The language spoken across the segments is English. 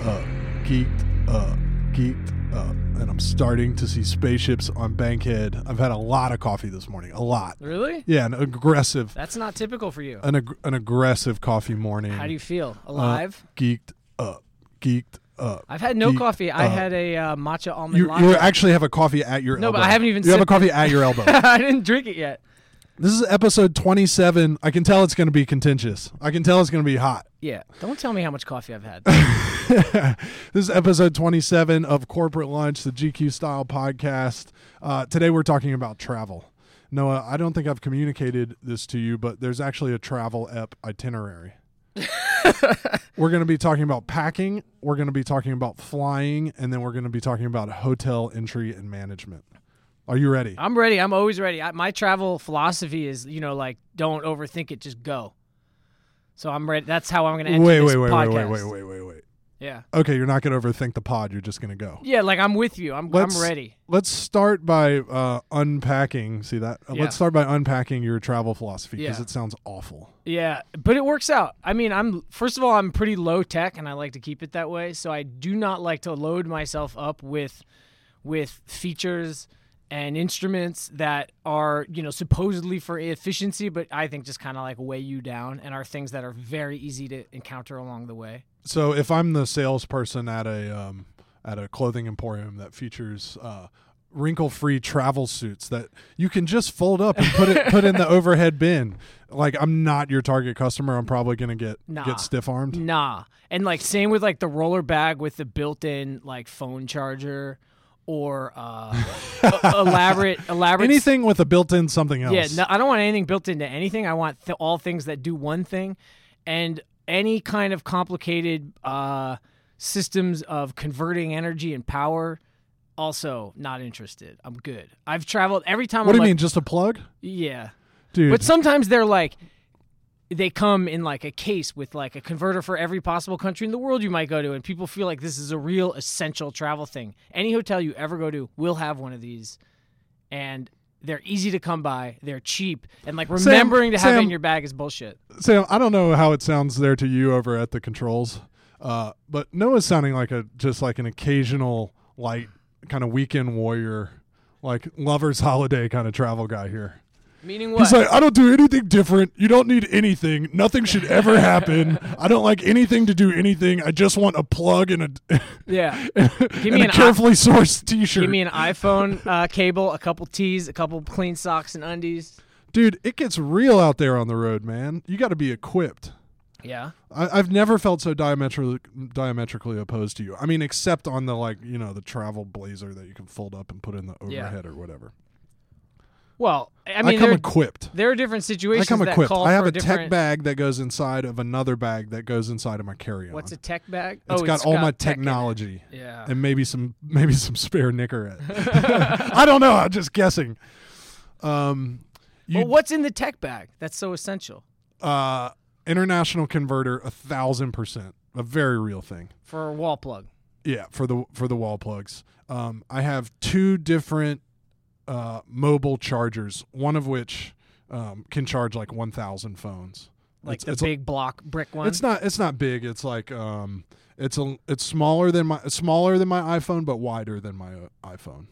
uh, geeked up, geeked up, uh, and I'm starting to see spaceships on Bankhead. I've had a lot of coffee this morning, a lot. Really? Yeah, Uh, an aggressive, That's not typical for you. an, ag- an aggressive coffee morning. How do you feel? uh, Alive? Geeked up, geeked up. I've had no geeked coffee. I up. had a uh, matcha almond You, you latte. actually have a coffee at your No, elbow. but I haven't even You have a sipped coffee at your elbow. I didn't drink it yet. This is episode 27. I can tell it's going to be contentious. I can tell it's going to be hot. Yeah. Don't tell me how much coffee I've had. this is episode 27 of Corporate Lunch, the GQ Style podcast. Uh, today we're talking about travel. Noah, I don't think I've communicated this to you, but there's actually a travel ep itinerary. we're going to be talking about packing, we're going to be talking about flying, and then we're going to be talking about hotel entry and management. Are you ready? I'm ready. I'm always ready. I, my travel philosophy is, you know, like don't overthink it, just go. So I'm ready. That's how I'm going to enter Wait, this wait, wait, wait, podcast. wait, wait, wait, wait, wait. Yeah. Okay, you're not going to overthink the pod. You're just going to go. Yeah, like I'm with you. I'm Let's- I'm ready. Let's start by uh, unpacking. See that? Uh, Yeah. Let's start by unpacking your travel philosophy because Yeah. it sounds awful. Yeah, but it works out. I mean, I'm first of all, I'm pretty low tech, and I like to keep it that way. So I do not like to load myself up with with features and instruments that are you know supposedly for efficiency, but I think just kind of like weigh you down and are things that are very easy to encounter along the way. So if I'm the salesperson at a um, at a clothing emporium that features uh, wrinkle-free travel suits that you can just fold up and put it put in the overhead bin, like I'm not your target customer. I'm probably gonna get Nah. get stiff-armed. Nah. And like same with like the roller bag with the built-in like phone charger or uh, e- elaborate elaborate Anything with a built-in something else. Yeah, no, I don't want anything built into anything. I want th- all things that do one thing, and any kind of complicated uh, systems of converting energy and power. Also, not interested. I'm good. I've traveled every time. what do I'm you like, mean? Just a plug, Yeah, dude? but sometimes they're like. They come in like a case with like a converter for every possible country in the world you might go to, and people feel like this is a real essential travel thing. Any hotel you ever go to will have one of these, and they're easy to come by. They're cheap, and like Sam- remembering to have it Sam- in your bag is bullshit. Sam, I don't know how it sounds there to you over at the controls, uh, but Noah's sounding like a just like an occasional like kind of weekend warrior, like lover's holiday kind of travel guy here. Meaning what? He's like, I don't do anything different. You don't need anything. Nothing should ever happen. I don't like anything to do anything. I just want a plug and a yeah, give and me a an i- carefully sourced T-shirt. give me an iPhone uh, cable, a couple tees, a couple clean socks and undies. Dude, it gets real out there on the road, man. You got to be equipped. Yeah, I, I've never felt so diametrically diametrically opposed to you. I mean, except on the like you know the travel blazer that you can fold up and put in the Yeah. overhead or whatever. well, I I, mean, come there, equipped. there are different I situations come that equipped. call I have for a tech different. bag that goes inside of another bag that goes inside of my carry-on. What's a tech bag? It's oh, got it's all got my tech in it. technology Yeah. and maybe some maybe some spare nickerette. I don't know. I'm just guessing. Um, you well, what's in the tech bag? That's so essential uh, international converter a thousand percent, a very real thing. for a wall plug. Yeah, for the for the wall plugs. Um, I have two different uh, mobile chargers. One of which um, can charge like one thousand phones. Like it's, the it's, big block brick one. it's not it's not big. It's like um, it's a it's smaller than my smaller than my iPhone, but wider than my uh, iPhone.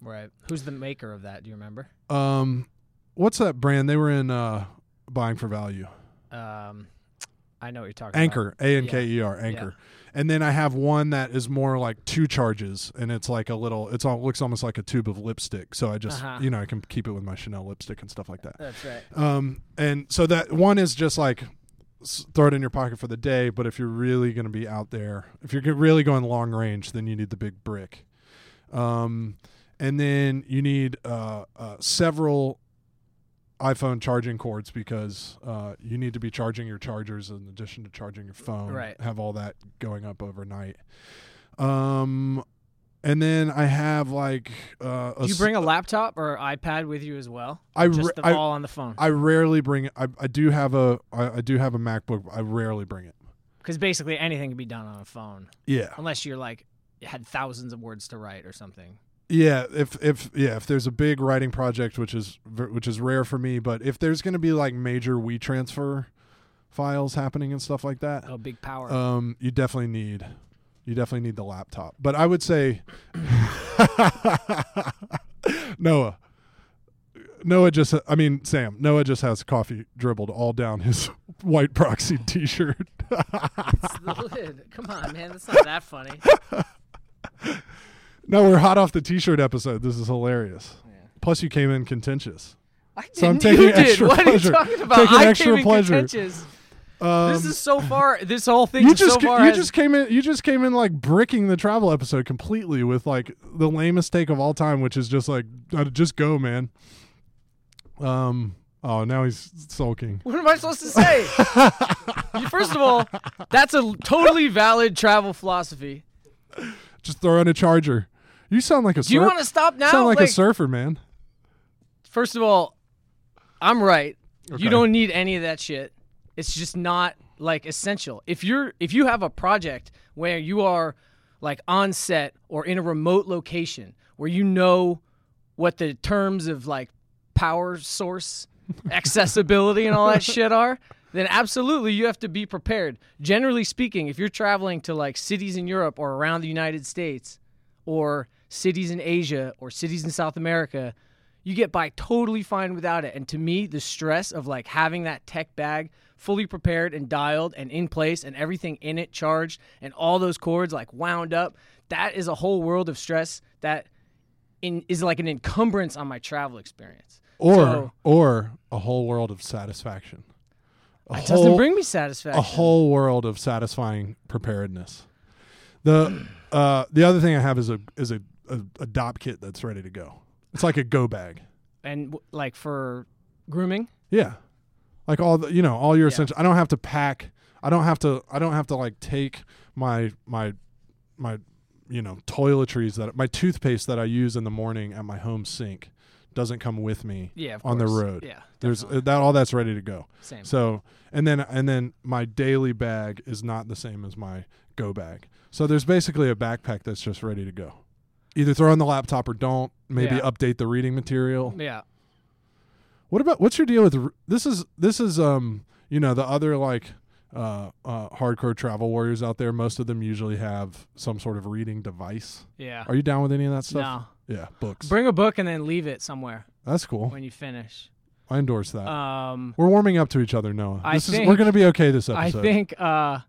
right. Who's the maker of that? Do you remember? Um, what's that brand? They were in uh, buying for value. Um, I know what you're talking Anchor, A N K E R, Anchor. And then I have one that is more like two charges, and it's like a little. It's all looks almost like a tube of lipstick. So I just, Uh-huh. you know, I can keep it with my Chanel lipstick and stuff like that. about. That's right. Um, and so that one is just like s- throw it in your pocket for the day. But if you're really going to be out there, if you're g- really going long range, then you need the big brick. Um, and then you need uh, uh, several iPhone charging cords because uh, you need to be charging your chargers in addition to charging your phone. Right. Have all that going up overnight. Um, and then I have like uh, a Do you s- bring a laptop or iPad with you as well? I Just re- the, I- all on the phone. I rarely bring. I, I do have a. I, I do have a MacBook. But I rarely bring it. Because basically anything can be done on a phone, Yeah. unless you're like had thousands of words to write or something. Yeah. If if yeah if there's a big writing project, which is ver- which is rare for me, but if there's going to be like major WeTransfer files happening and stuff like that, Uh, Oh, big power. um, you definitely need You definitely need the laptop. But I would say Noah. Noah just I mean Sam, Noah just has coffee dribbled all down his white proxy t-shirt. It's the lid. Come on, man. That's not that funny. no, we're hot off the t-shirt episode. This is hilarious. Yeah. Plus you came in contentious. I didn't, So I'm taking you did. extra what pleasure. are you talking about? Taking I extra came in pleasure. contentious. Um, this is so far. This whole thing you is just so ca- far. you has- just came in you just came in like bricking the travel episode completely with like the lamest take of all time, which is just like uh, just go, man. Um. Oh, now he's sulking. What am I supposed to say? You- First of all, that's a totally valid travel philosophy. Just throw in a charger. You sound like a. Do you surf- want to stop now? sound like, a surfer, man. First of all, I'm right. Okay. You don't need any of that shit. It's just not like essential. If you're if you have a project where you are like on set or in a remote location where you know what the terms of like power source accessibility and all that shit are, then absolutely you have to be prepared. Generally speaking, if you're traveling to like cities in Europe or around the United States or cities in Asia or cities in South America, you get by totally fine without it. And to me, the stress of like having that tech bag fully prepared and dialed and in place and everything in it charged and all those cords like wound up, that is a whole world of stress that in, is like an encumbrance on my travel experience. Or So- or a whole world of satisfaction. A It doesn't bring me satisfaction. a whole world of satisfying preparedness. The uh, the other thing I have is a is a, a, a dop kit that's ready to go. It's like a go bag. and w- like for grooming, Yeah. Like all the, you know, all your Yeah. essential I don't have to pack. I don't have to I don't have to like take my my my you know, toiletries that my toothpaste that I use in the morning at my home sink doesn't come with me. yeah, of On the course. road. yeah, There's that all that's ready to go. same. So, and then and then my daily bag is not the same as my go bag. So there's basically a backpack that's just ready to go. Either throw in the laptop or don't. Maybe Yeah. update the reading material. yeah, What about what's your deal with r- this is this is um you know the other like uh, uh hardcore travel warriors out there most of them usually have some sort of reading device. yeah. Are you down with any of that stuff? No, Yeah, books. bring a book and then leave it somewhere that's cool. when you finish. I endorse that. Um, we're warming up to each other, Noah. I This is we're think- going to be okay this episode. I think uh,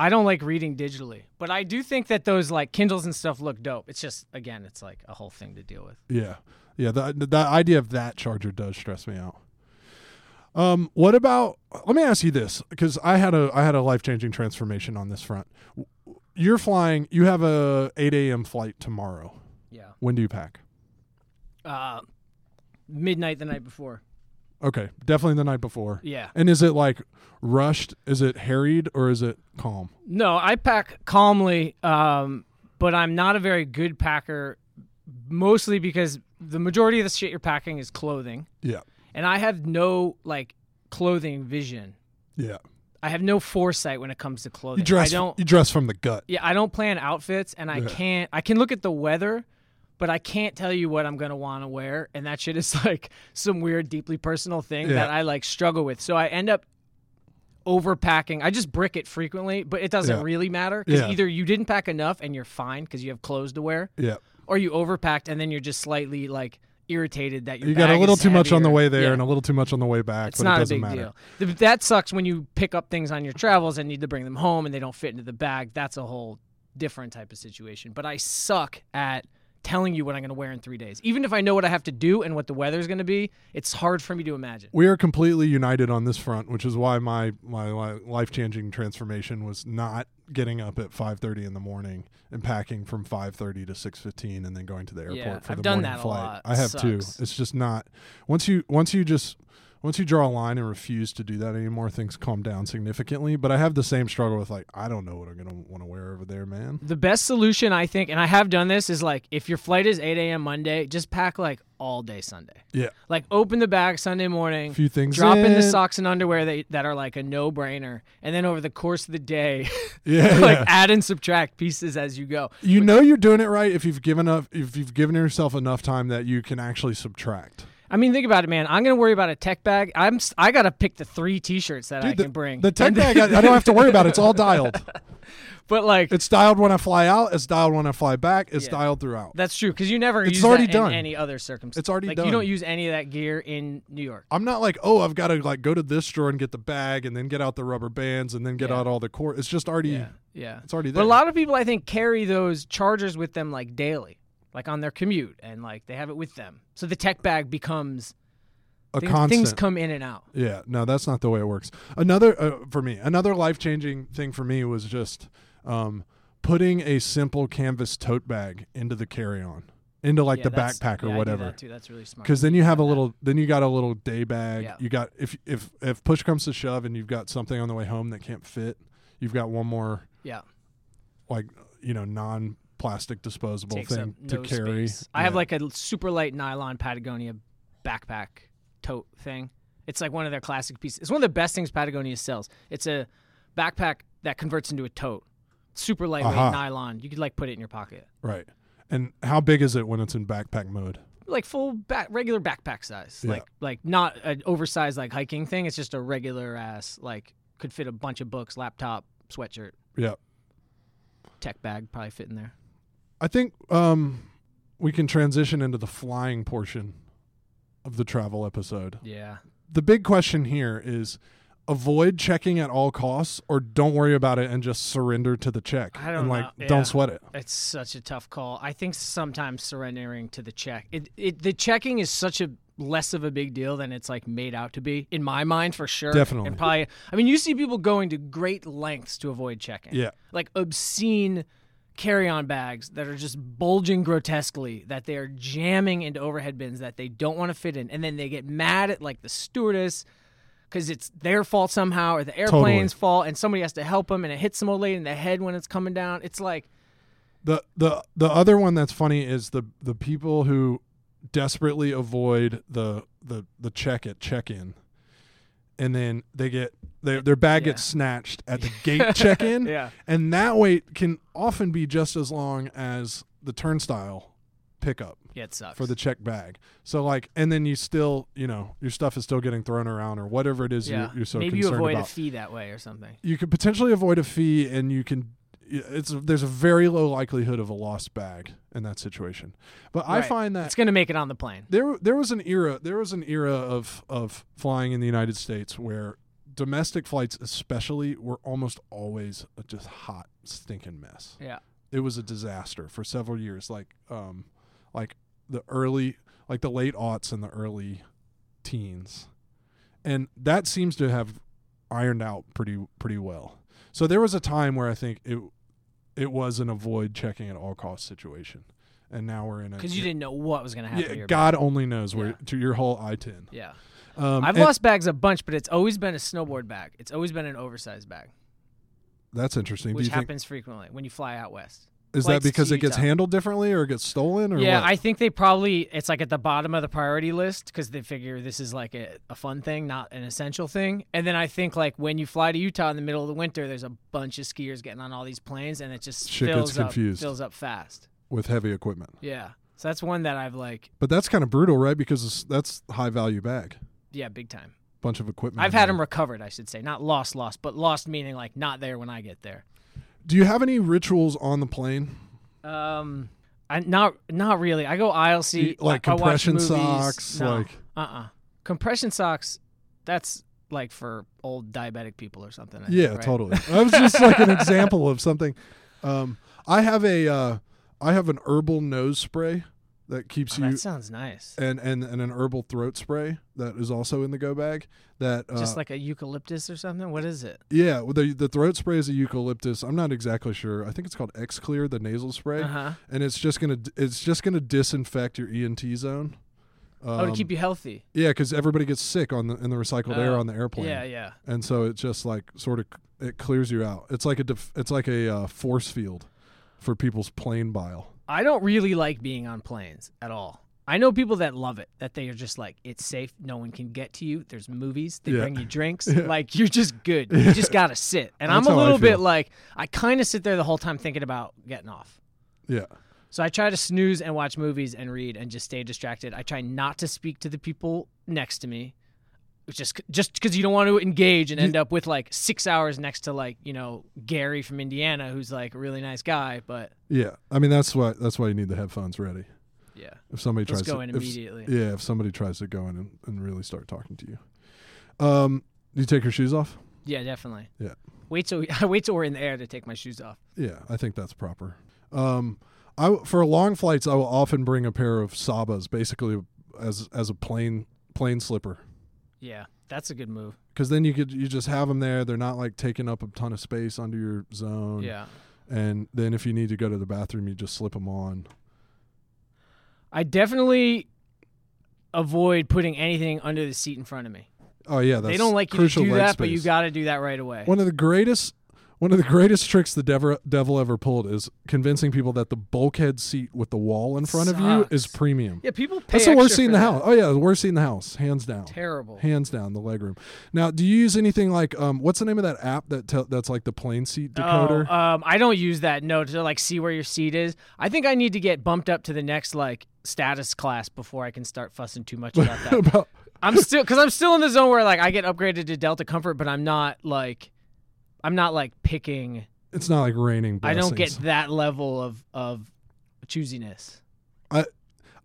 I don't like reading digitally, but I do think that those like Kindles and stuff look dope. It's just again, it's like a whole thing to deal with. Yeah, yeah. The the idea of that charger does stress me out. Um, what about? Let me ask you this, because I had a I had a life changing transformation on this front. You're flying. You have a 8 a.m. flight tomorrow. Yeah, When do you pack? uh, midnight the night before. Okay, definitely the night before. Yeah, And is it like rushed? Is it harried or is it calm? No, I pack calmly, um, but I'm not a very good packer, mostly because the majority of the shit you're packing is clothing, Yeah, and I have no like clothing vision. yeah. I have no foresight when it comes to clothing. You dress. I don't. You dress from the gut. Yeah, I don't plan outfits, and I Yeah. can't. I can look at the weather, but I can't tell you what I'm gonna want to wear, and that shit is like some weird, deeply personal thing Yeah. that I like struggle with. So I end up overpacking. I just brick it frequently, but it doesn't Yeah. really matter because Yeah. either you didn't pack enough and you're fine because you have clothes to wear, Yeah. or you overpacked and then you're just slightly like irritated that your You got a bag little is too much on the heavier. way there Yeah. and a little too much on the way back, It's but not it a doesn't big matter. deal. Th- That sucks when you pick up things on your travels and need to bring them home and they don't fit into the bag. That's a whole different type of situation. But I suck at telling you what I'm going to wear in three days. Even if I know what I have to do and what the weather's going to be, it's hard for me to imagine. we are completely united on this front, which is why my my life changing transformation was not getting up at five thirty in the morning and packing from five thirty to six fifteen and then going to the airport Yeah, for I've the done morning that a flight. lot. I have too. Sucks. It's just not once you once you just once you draw a line and refuse to do that anymore, things calm down significantly. But I have the same struggle with like I don't know what I'm gonna want to wear over there, man. The best solution, I think, and I have done this, is like if your flight is 8 a.m. Monday, just pack like all day Sunday. Yeah, Like open the bag Sunday morning. a few things. Drop in the in. socks and underwear that, that are like a no brainer. And then over the course of the day, Yeah, like yeah. add and subtract pieces as you go. You know you're doing it right if you've given up if you've given yourself enough time that you can actually subtract. I mean, think about it, man. I'm gonna worry about a tech bag. I'm s- I gotta pick the three T-shirts that I Dude, the, can bring. The tech And then- bag, I, I don't have to worry about. it. It's all dialed. but like It's dialed when I fly out. It's dialed when I fly back. It's Yeah. dialed throughout. that's true because you never It's use already that done. in any other circumstance. It's already like, done. You don't use any of that gear in New York. I'm not like, oh, I've got to like go to this drawer and get the bag, and then get out the rubber bands, and then get Yeah. out all the cord. It's just already, Yeah, yeah. it's already But there. a lot of people, I think, carry those chargers with them like daily, like on their commute, and like they have it with them. So the tech bag becomes a things, constant. things come in and out. Yeah, no, that's not the way it works. Another uh, for me, another life changing thing for me was just um, putting a simple canvas tote bag into the carry on, into like Yeah, the that's- backpack or yeah, I do whatever. that too. That's really smart. Because then you have a little, then you got a little day bag. Yeah. You got if if if push comes to shove and you've got something on the way home that can't fit, you've got one more yeah, like you know non plastic disposable takes up thing to no carry. space. I have Yeah. like a super light nylon Patagonia backpack tote thing. It's like one of their classic pieces. It's one of the best things Patagonia sells. It's a backpack that converts into a tote. Super lightweight Aha. nylon. You could like put it in your pocket. right. And how big is it when it's in backpack mode? like full back regular backpack size Yeah. like like not an oversized like hiking thing it's just a regular ass like could fit a bunch of books laptop sweatshirt Yeah. tech bag probably fit in there I think um, we can transition into the flying portion of the travel episode. yeah The big question here is avoid checking at all costs or don't worry about it and just surrender to the check I don't and like know. Yeah. don't sweat it. it's such a tough call i think sometimes surrendering to the check it, it the checking is such a less of a big deal than it's like made out to be in my mind for sure Definitely. and probably i mean you see people going to great lengths to avoid checking Yeah. like obscene carry-on bags that are just bulging grotesquely that they are jamming into overhead bins that they don't want to fit in and then they get mad at like the stewardess because it's their fault somehow or the airplane's fault and somebody has to help them and it hits some old lady in the head when it's coming down it's like The the the other one that's funny is the the people who desperately avoid the the the check at check-in and then they get their their bag Yeah. gets snatched at the gate check-in. yeah And that wait can often be just as long as the turnstile pickup yeah it sucks for the check bag. So like, and then you still, you know, your stuff is still getting thrown around or whatever it is yeah you're, you're so maybe you concerned avoid about. a fee that way or something you could potentially avoid a fee, and you can. It's there's a very low likelihood of a lost bag in that situation. But I Right. find that it's gonna make it on the plane there there was an era there was an era of of flying in the United States where domestic flights especially were almost always a just hot stinking mess yeah it was a disaster for several years like um like the early like the late aughts and the early teens and that seems to have ironed out pretty pretty well so there was a time where i think it it was an avoid checking at all costs situation and now we're in a because you didn't know what was gonna happen to yeah, your bag. god only knows where Yeah. to your whole i-10 yeah um I've and lost bags a bunch, but it's always been a snowboard bag. It's always been an oversized bag, that's interesting do which you think happens frequently when you fly out west. is that flights to because it gets Utah. handled differently or it gets stolen or Yeah, what? I think they probably it's like at the bottom of the priority list because they figure this is like a, a fun thing, not an essential thing. And then I think like when you fly to Utah in the middle of the winter, there's a bunch of skiers getting on all these planes, and it just Shit gets fills up, confused. fills up fast. with heavy equipment Yeah, so that's one that I've like, But that's kind of brutal, right? Because it's, that's high value bag, yeah, big time. bunch of equipment. I've in had there. them recovered, I should say, not lost, lost, but lost meaning like not there when I get there. Do you have any rituals on the plane? Um, I not not really. I go aisle Do you- seat, like I- I watch compression movies. socks, No. like uh uh compression socks. That's like for old diabetic people or something. I think, yeah, right? totally. That was just like an example of something. Um, I have a, uh, I have an herbal nose spray that keeps Oh, you, that sounds nice. and, and and an herbal throat spray that is also in the go bag. That uh, Just like a eucalyptus or something. What is it? yeah, well, the the throat spray is a eucalyptus. I'm not exactly sure. I think it's called X Clear, the nasal spray, Uh huh. and it's just gonna it's just gonna disinfect your ENT zone. Oh, to Um, keep you healthy. Yeah, because everybody gets sick on the in the recycled air Oh, on the airplane. Yeah, yeah. and so it just like sort of it clears you out. It's like a def- it's like a uh, force field for people's plane bile. I don't really like being on planes at all. I know people that love it. That they are just like it's safe. No one can get to you. There's movies. They Yeah. bring you drinks. Yeah. Like you're just good. You just gotta sit. And That's I'm a how I little bit feel. like I kind of sit there the whole time thinking about getting off. Yeah, So I try to snooze and watch movies and read and just stay distracted. I try not to speak to the people next to me. just just because you don't want to engage and end up with like six hours next to like you know Gary from Indiana, who's like a really nice guy, but Yeah, I mean that's why that's why you need the headphones ready. yeah, If somebody let's tries go to in if- immediately. yeah, if somebody tries to go in and, and really start talking to you, um, do you take your shoes off? Yeah, definitely. Yeah. Wait till I wait till we're in the air to take my shoes off. Yeah, I think that's proper. Um, I for long flights, I will often bring a pair of Sabas, basically as as a plain plain slipper, Yeah, that's a good move. because then you could you just have them there. They're not like taking up a ton of space under your zone. Yeah. and then if you need to go to the bathroom, you just slip them on. I definitely avoid putting anything under the seat in front of me. Oh yeah, that's They don't like you to crucial do leg that, but you space. got to do that right away. one of the greatest one of the greatest tricks the devil, devil ever pulled is convincing people that the bulkhead seat with the wall in front of you Sucks. is premium. Yeah, people pay. That's the worst extra seat in for the that. house. Oh yeah, the worst seat in the house, hands down. Terrible. Hands down, the legroom. Now, do you use anything like um, what's the name of that app that te- that's like the plane seat decoder? Oh, um, I don't use that no to like see where your seat is. I think I need to get bumped up to the next like status class before I can start fussing too much about that. About- I'm still because I'm still in the zone where like I get upgraded to Delta Comfort, but I'm not like I'm not like picking. it's not like raining. I Blessings. don't get that level of of choosiness. I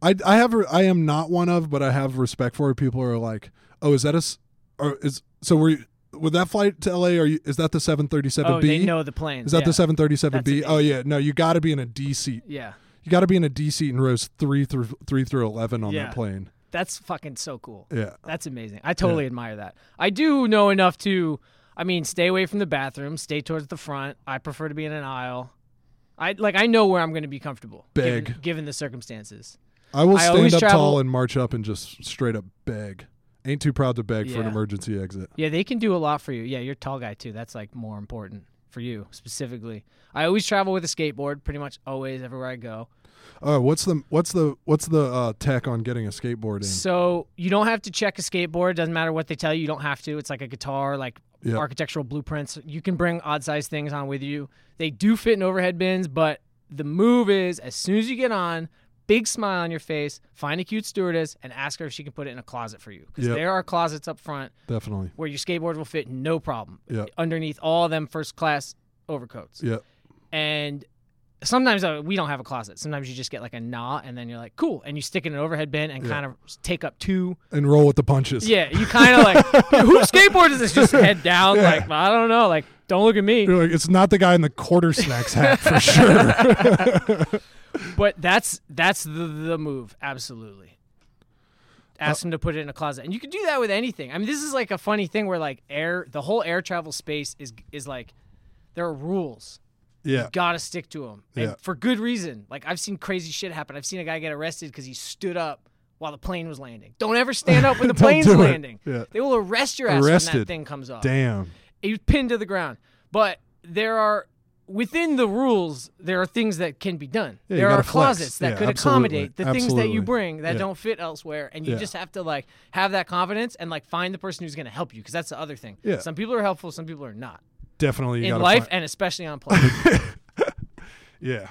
I have re- I am not one of, but I have respect for it. People are like, oh, is that a s- or is so were you, with that flight to L.A. Are you is that the seven thirty seven Oh, B? they know the planes. Is that yeah. the 737B? That's an Oh yeah, no, you got to be in a D seat. Yeah, You got to be in a D seat in rows three through three through eleven on Yeah. that plane. that's fucking so cool. Yeah, That's amazing. I totally admire that. I do know enough to, I mean, stay away from the bathroom, stay towards the front. I prefer to be in an aisle. I like I know where I'm going to be comfortable. Given, Beg. given the circumstances. I will I stand always up travel- tall and march up and just straight up beg. Ain't too proud to beg for an Yeah. emergency exit. Yeah, they can do a lot for you. Yeah, you're a tall guy too. That's like more important for you specifically. I always travel with a skateboard, pretty much always everywhere I go. Uh, what's the what's the what's the uh, tech on getting a skateboard in? So you don't have to check a skateboard. Doesn't matter what they tell you. You don't have to. It's like a guitar, like Yeah. architectural blueprints. You can bring odd size things on with you. They do fit in overhead bins, but the move is as soon as you get on, big smile on your face, find a cute stewardess and ask her if she can put it in a closet for you. Because Yep. there are closets up front Definitely. where your skateboard will fit no problem Yep. underneath all them first class overcoats. Yep. And sometimes uh, we don't have a closet. Sometimes you just get like a knot and then you're like, cool. And you stick it in an overhead bin and kind of take up two And roll with the punches. yeah, you kind of like whose skateboard is this? Just head down, Yeah. like I don't know, like don't look at me. You're like, it's not the guy in the quarter snacks hat for sure. But that's that's the, the move, absolutely. Ask them to put it in a closet, and you can do that with anything. I mean, this is like a funny thing where like air, the whole air travel space is is like there are rules. Yeah. Gotta stick to them, and Yeah. for good reason. Like I've seen crazy shit happen. I've seen a guy get arrested because he stood up while the plane was landing. Don't ever stand up when the Don't plane's do it. landing. Yeah. They will arrest your ass when Arrested. that thing comes off. Damn. he was pinned to the ground. But there are within the rules, there are things that can be done. Yeah, you there gotta are flex. closets that Yeah, could absolutely. accommodate the things that Absolutely. you bring that Yeah. don't fit elsewhere, and you Yeah. just have to like have that confidence and like find the person who's going to help you because that's the other thing. Yeah. Some people are helpful, some people are not Definitely. You in gotta life find- and especially on planes. yeah.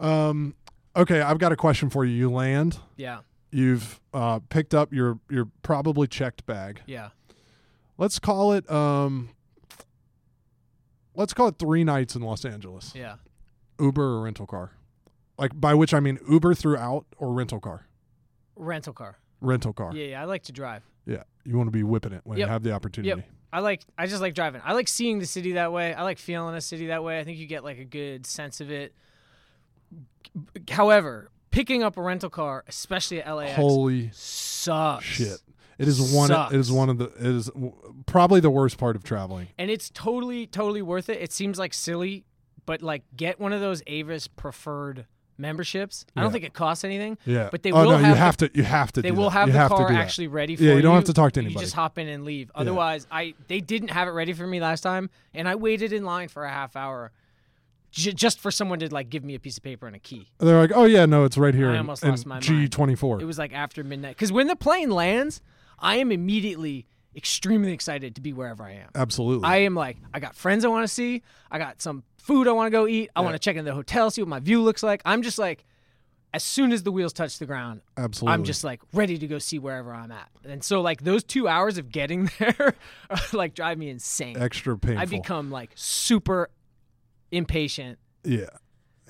Um. Okay, I've got a question for you. You land. yeah, You've uh, picked up your your probably checked bag. yeah, Let's call it um. Let's call it three nights in Los Angeles. yeah. Uber or rental car, like by which I mean Uber throughout or rental car. Rental car. Rental car. Yeah. Yeah, yeah. I like to drive. You want to be whipping it when you Yep. have the opportunity. I like I just like driving. I like seeing the city that way. I like feeling a city that way. I think you get like a good sense of it. However, picking up a rental car, especially at LAX, Holy sucks. shit! It is one. It is Sucks. one of the. It is probably the worst part of traveling. And it's totally totally worth it. It seems like silly, but like get one of those Avis preferred memberships. I Yeah. don't think it costs anything. Yeah. But they oh, no, will you have the- have to. You have to. They do will that. have you the have to car do that. actually ready for Yeah, you. you don't have to talk to You anybody. just hop in and leave. Otherwise, I they didn't have it ready for me last time, and I waited in line for a half hour j- just for someone to like give me a piece of paper and a key. They're like, oh yeah, no, it's right here. I in- almost in lost my mind. G24. It was like after midnight because when the plane lands, I am immediately extremely excited to be wherever I Uh. am. Absolutely. I am like, I got friends I want to see. I got some food I want to go eat. I want to check in the hotel, see what my view looks like. I'm just like as soon as the wheels touch the ground, Absolutely. I'm just like ready to go see wherever I'm at. And so like those two hours of getting there are, like drive me insane. extra painful. I become like super impatient. yeah.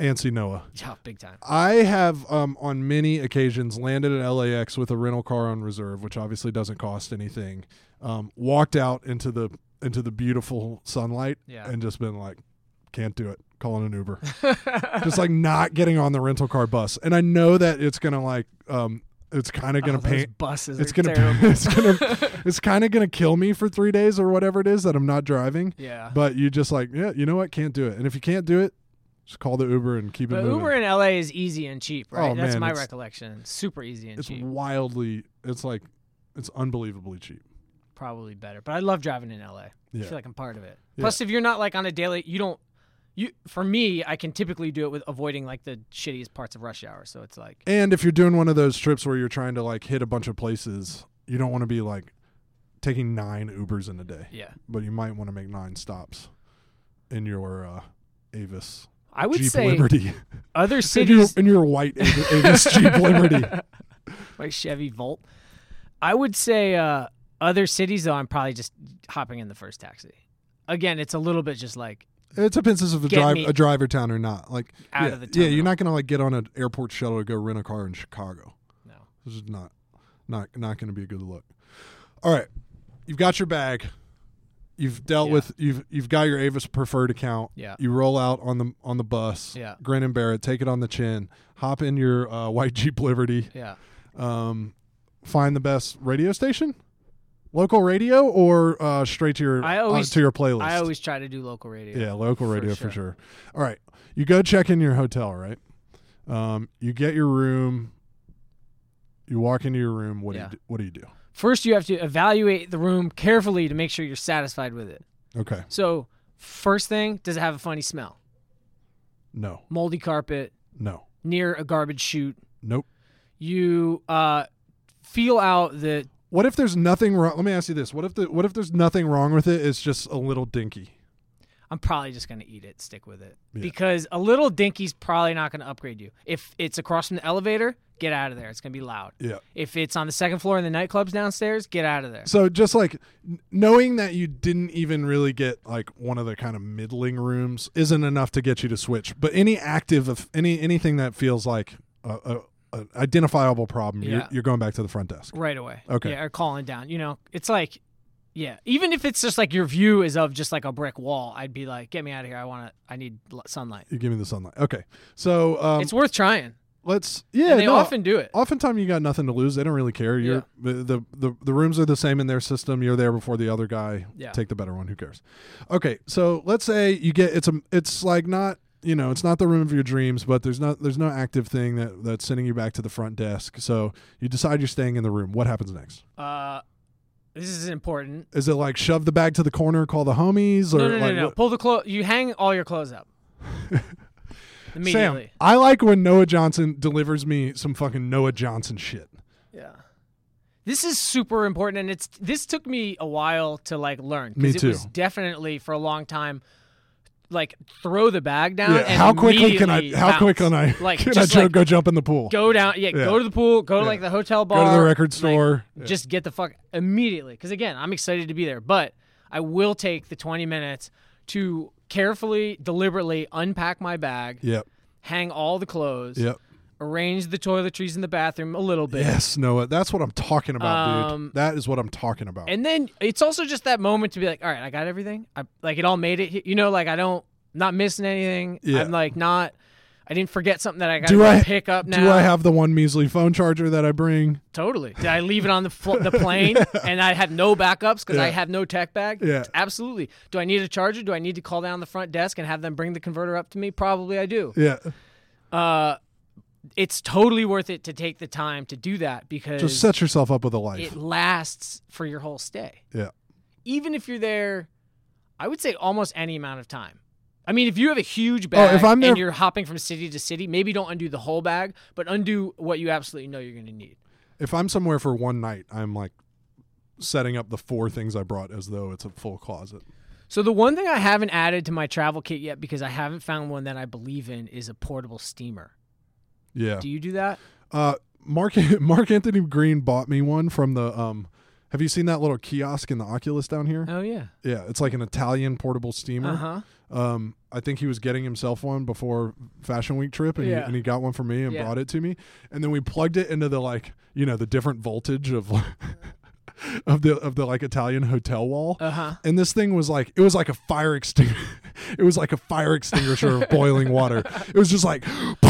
Ansi Noah. Yeah, big time. I have um, on many occasions landed at LAX with a rental car on reserve, which obviously doesn't cost anything. Um, walked out into the into the beautiful sunlight Yeah. and just been like, can't do it. Calling an Uber, just like not getting on the rental car bus. And I know that it's gonna like um, it's kind of gonna Oh, those paint. buses. It's are gonna terrible. it's gonna it's kind of gonna kill me for three days or whatever it is that I'm not driving. yeah. But you just like yeah, you know what? Can't do it. And if you can't do it, just call the Uber and keep it But moving. Uber in LA is easy and cheap, right? Oh, That's man, my it's- recollection. Super easy and it's cheap. wildly it's like it's unbelievably cheap Probably better. But I love driving in LA. I Yeah. feel like I'm part of it. Yeah. Plus if you're not like on a daily you don't you for me, I can typically do it with avoiding like the shittiest parts of rush hour. So it's like and if you're doing one of those trips where you're trying to like hit a bunch of places you don't want to be like taking nine ubers in a day yeah. but you might want to make nine stops in your uh avis I would jeep say liberty other in, your, cities in your white avis, avis jeep liberty like Chevy Volt. I would say uh, other cities though. I'm probably just hopping in the first taxi. Again, it's a little bit just like it depends if it's a, Get drive, me a driver town or not like Out yeah, of the yeah you're terminal. not gonna like get on an airport shuttle to go rent a car in chicago no. This is not not not going to be a good look. All right, you've got your bag. You've dealt Yeah. with you've you've got your Avis preferred account. Yeah. You roll out on the on the bus. Yeah. Grin and bear it. Take it on the chin. Hop in your uh, white Jeep Liberty. Yeah. Um, find the best radio station, local radio, or uh, straight to your I uh, always- to your playlist. I always try to do local radio. yeah, local for radio for sure. sure. All right, you go check in your hotel. Right. Um, you get your room. You walk into your room. What Yeah. do you do, what do you do? First, you have to evaluate the room carefully to make sure you're satisfied with it. Okay. So, first thing, does it have a funny smell? No. Moldy carpet No. near a garbage chute. Nope. You uh, feel out the What if there's nothing wrong? Let me ask you this: What if the what if there's nothing wrong with it? It's just a little dinky. I'm probably just going to eat it, stick with it. Yeah. Because a little dinky's probably not going to upgrade you. If it's across from the elevator, get out of there. It's going to be loud. Yeah. If it's on the second floor in the nightclubs downstairs, get out of there. So just like n- knowing that you didn't even really get like one of the kind of middling rooms isn't enough to get you to switch. But any active of any anything that feels like a, a, a identifiable problem, you're, Yeah. you're going back to the front desk. Right away. Okay. Yeah, or calling down. You know, it's like, yeah. Even if it's just like your view is of just like a brick wall, I'd be like, get me out of here. I want to, I need l- sunlight. You give me the sunlight. Okay. So um, it's worth trying. let's yeah. and they no, often do it. oftentimes you got nothing to lose. They don't really care. You're the, the the the rooms are the same in their system. You're there before the other guy. Yeah. Take the better one. Who cares? Okay, so let's say you get it's a it's like not you know it's not the room of your dreams, but there's not there's no active thing that that's sending you back to the front desk. So you decide you're staying in the room. What happens next? Uh, this is important. Is it like shove the bag to the corner, call the homies, or No, no, no, like no. what- Pull the clothes. You hang all your clothes up. Immediately. Sam, I like when Noah Johnson delivers me some fucking Noah Johnson shit. Yeah. This is super important and it's this took me a while to like learn Me because it too. was definitely for a long time like throw the bag down and how quickly can I? immediately How bounce. quick can I? Like, can I just ju- like- go jump in the pool? go down yeah, go to the pool, go to like the hotel bar, go to the record like, store. Just get the fuck immediately cuz again, I'm excited to be there, but I will take the 20 minutes to carefully deliberately unpack my bag, yep. hang all the clothes, Yep. arrange the toiletries in the bathroom a little bit. Yes, Noah. That's what I'm talking about, Um, dude. That is what I'm talking about. And then it's also just that moment to be like, all right, I got everything. I like it all made it. he- You know, like I don't not missing anything. Yeah. I'm like not. I didn't forget something that I got Do I- to pick up now. Do I have the one measly phone charger that I bring? totally? Did I leave it on the fl- the plane and I had no backups because I Yeah. have no tech bag? Yeah. absolutely. Do I need a charger? Do I need to call down the front desk and have them bring the converter up to me? Probably I do. Yeah. Uh, it's totally worth it to take the time to do that because Just set yourself up with a life. it lasts for your whole stay. Yeah. Even if you're there, I would say almost any amount of time. I mean, if you have a huge Oh, if bag I'm there- and you're hopping from city to city, maybe don't undo the whole bag, but undo what you absolutely know you're going to need. if I'm somewhere for one night, I'm like setting up the four things I brought as though it's a full closet. So the one thing I haven't added to my travel kit yet because I haven't found one that I believe in is a portable steamer. Yeah. Do you do that? Uh, Mark Mark Anthony Green bought me one from the um. Have you seen that little kiosk in the Oculus down here? Oh yeah. Yeah, it's like an Italian portable steamer. Uh huh. Um, I think he was getting himself one before Fashion Week trip, and, he, Yeah. and he got one for me and Yeah. brought it to me. And then we plugged it into the like, you know, the different voltage of of the of the like Italian hotel wall. Uh huh. and this thing was like it was like a fire extinguisher. it was like a fire extinguisher of boiling water. It was just like.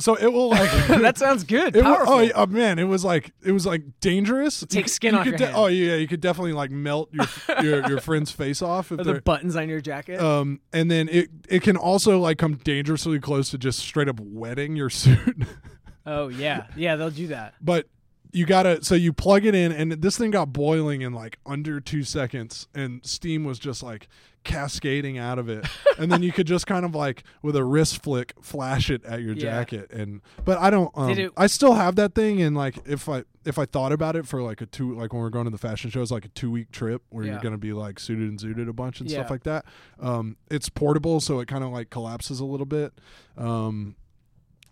so it will like. that sounds good. It was, Powerful. oh, yeah, oh, man, it was like it was like dangerous. You Take c- skin you off could your hand. Oh yeah, you could definitely like melt your your, your friend's face off if Are they're the buttons on your jacket. um and then it it can also like come dangerously close to just straight up wetting your suit. oh yeah, yeah. They'll do that. but you gotta so you plug it in and this thing got boiling in like under two seconds and steam was just like cascading out of it and then you could just kind of like with a wrist flick flash it at your Yeah. jacket and but i don't um, Did it- i still have that thing and like if i if i thought about it for like a two like when we're going to the fashion shows like a two week trip where you're Yeah. gonna be like suited and zooted a bunch and stuff Yeah. like that um it's portable so it kind of like collapses a little bit um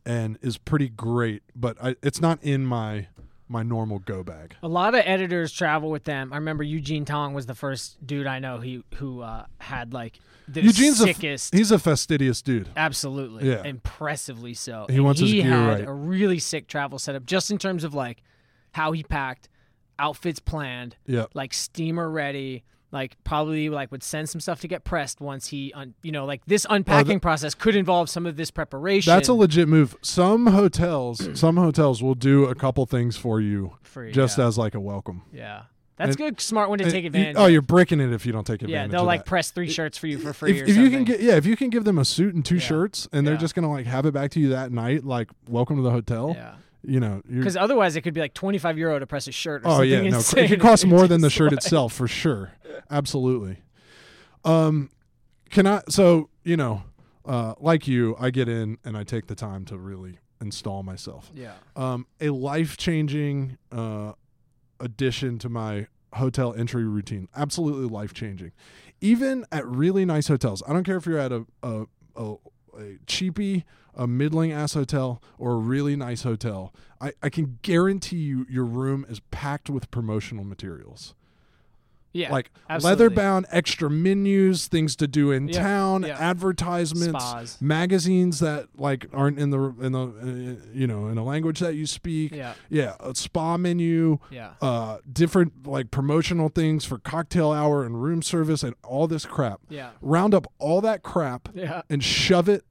and is pretty great, but I, it's not in my my normal go bag. A lot of editors travel with them. I remember Eugene Tong was the first dude I know he who uh, had like the Eugene's a f- sickest. He's a fastidious dude. Absolutely. Yeah. Impressively so. He And wants his he gear had right. a really sick travel setup just in terms of like how he packed, outfits planned, Yeah, like steamer ready, like probably like would send some stuff to get pressed once he un- you know, like this unpacking process could involve some of this preparation. Oh, that's a legit move. Some hotels, some hotels will do a couple things for you free. just yeah. as like a welcome. yeah. That's and- good smart one to And take you- advantage. oh, of. you're bricking it if you don't take advantage. yeah, they'll of like that. press three shirts for you for free If, or if something. you can get yeah, if you can give them a suit and two Yeah. shirts, and they're Yeah. just gonna like have it back to you that night, like welcome to the hotel. yeah. You know, you're, Because otherwise, it could be like twenty-five euro to press a shirt. Or Oh something yeah, no, insane. it could cost more than the Just shirt like- itself for sure. Absolutely. Um, can I? So you know, uh, like you, I get in and I take the time to really install myself. Yeah. Um, a life changing uh, addition to my hotel entry routine. Absolutely life changing. Even at really nice hotels, I don't care if you're at a a, a, a cheapy, a middling ass hotel, or a really nice hotel. I, I can guarantee you your room is packed with promotional materials. Yeah. like absolutely. leather bound extra menus, things to do in Yeah, town, yeah. advertisements, Spas. magazines that like aren't in the in the uh, you know, in a language that you speak. Yeah. Yeah, a spa menu, Yeah. uh different like promotional things for cocktail hour and room service and all this crap. Yeah. Round up all that crap Yeah. and shove it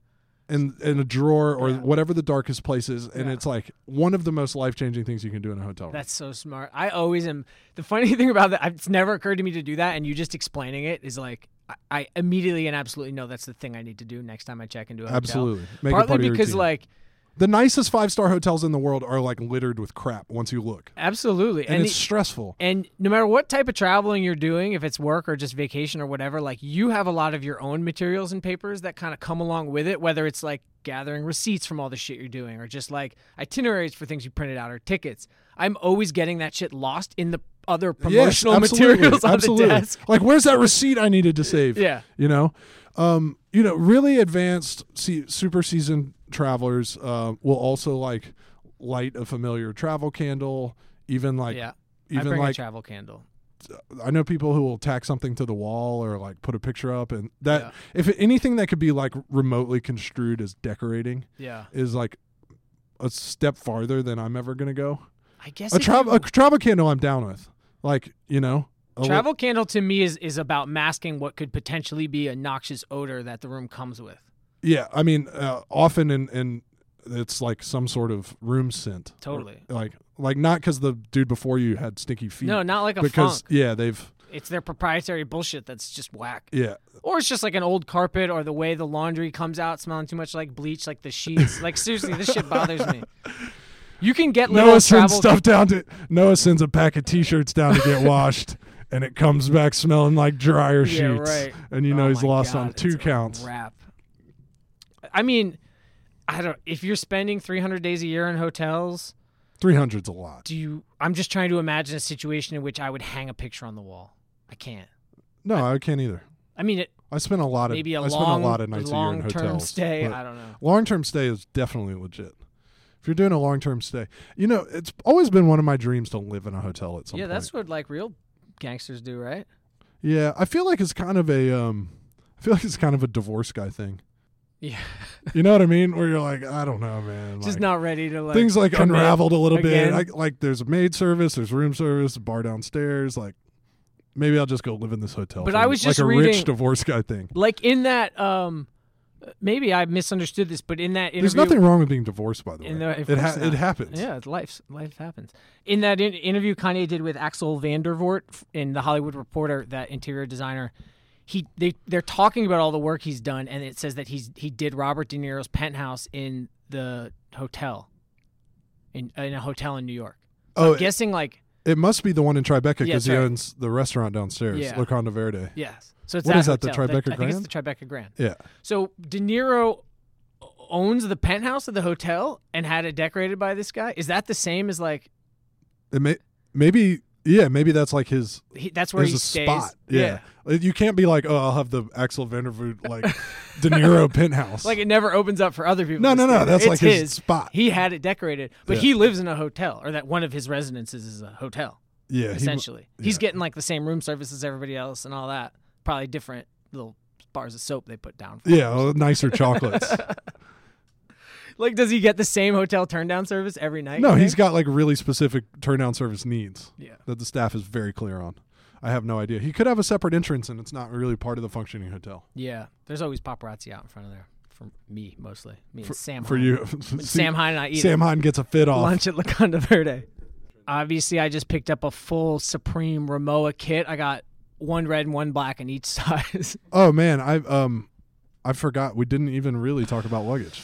in in a drawer or Yeah. whatever the darkest place is and Yeah. it's like one of the most life-changing things you can do in a hotel room. That's so smart. I always am. The funny thing about that, it's never occurred to me to do that, and you just explaining it is like, I, I immediately and absolutely know that's the thing I need to do next time I check into a hotel. Absolutely. Make it Partly part of your because, routine. like, The nicest five star hotels in the world are like littered with crap once you look. absolutely, And, and it's the- stressful. and no matter what type of traveling you're doing, if it's work or just vacation or whatever, like you have a lot of your own materials and papers that kind of come along with it, whether it's like gathering receipts from all the shit you're doing or just like itineraries for things you printed out or tickets. I'm always getting that shit lost in the other Yes, promotional absolutely, materials on absolutely. the desk. Like, where's that receipt I needed to save? Yeah. You know? Um, you know, really advanced se- super seasoned travelers uh, will also like light a familiar travel candle, even like yeah. I even bring like a travel candle. I know people who will tack something to the wall or like put a picture up and that Yeah. if it, anything that could be like remotely construed as decorating Yeah. is like a step farther than I'm ever gonna go. I guess a if travel you- a travel candle I'm down with. Like, you know, a li- travel candle to me is, is about masking what could potentially be a noxious odor that the room comes with. yeah, I mean, uh, often in in it's like some sort of room scent. Totally. Like like not cuz the dude before you had stinky feet. No, not like a because funk. yeah, they've It's their proprietary bullshit that's just whack. yeah. Or it's just like an old carpet or the way the laundry comes out smelling too much like bleach, like the sheets. like seriously, this shit bothers me. You can get little Noah sends travel stuff down to Noah sends a pack of t-shirts down to get washed and it comes back smelling like dryer sheets. Yeah, right. And you know Oh he's my lost God, on it's two a counts. Wrap. I mean, I don't if you're spending 300 days a year in hotels, 300's a lot. do you I'm just trying to imagine a situation in which I would hang a picture on the wall. I can't. No, I can't either. I mean, it, I spent a lot of Maybe a I spent long, a lot of nights a year in long term hotels. stay. but- I don't know. Long term stay is definitely legit. If you're doing a long term stay, you know, it's always been one of my dreams to live in a hotel at some Yeah, point. that's what like real gangsters do, right? yeah, I feel like it's kind of a um I feel like it's kind of a divorce guy thing. Yeah, You know what I mean? Where you're like, I don't know, man. just like- not ready to like things like commit unraveled a little again. bit. I, like there's a maid service, there's room service, bar downstairs. Like maybe I'll just go live in this hotel. But for I a- was just like a rich reading- divorce guy thing. like in that. um Maybe I misunderstood this, but in that interview, There's nothing wrong with being divorced, by the way. In the- of it, course it not. happens. Yeah, it's life's life happens. In that in- interview Kanye did with Axel Vandervoort f- in the Hollywood Reporter, that interior designer, he they they're talking about all the work he's done, and it says that he's he did Robert De Niro's penthouse in the hotel, in in a hotel in New York. Oh, it, Guessing like it must be the one in Tribeca Yeah, because sorry. he owns the restaurant downstairs, Yeah. La Conda Verde. yes, so it's What that is that, the hotel. Tribeca I think it's the Tribeca Grand. Yeah. So De Niro owns the penthouse of the hotel and had it decorated by this guy. Is that the same as like It may, maybe. Yeah, maybe that's like his. he, that's where his he stays? spot. Yeah. Like, you can't be like, oh, I'll have the Axel Vandervoort like De Niro penthouse. Like it never opens up for other people. no, to no, stay no. there. That's It's like his. his spot. He had it decorated, but Yeah. he lives in a hotel, or that one of his residences is a hotel. yeah, he, essentially, he's yeah. getting like the same room service as everybody else and all that. Probably different little bars of soap they put down. For him. Yeah, well, nicer chocolates. Like, does he get the same hotel turn down service every night? no, you he's think? got like really specific turn-down service needs Yeah. that the staff is very clear on. I have no idea. He could have a separate entrance, and it's not really part of the functioning hotel Yeah. There's always paparazzi out in front of there. For me, mostly. Me and Sam. for Hine. you. When See, Sam Hine and I eat Sam Hine gets a fit off. lunch at La Conda Verde. Obviously, I just picked up a full Supreme Ramoa kit. I got one red and one black in each size. Oh man, I um, I forgot we didn't even really talk about luggage.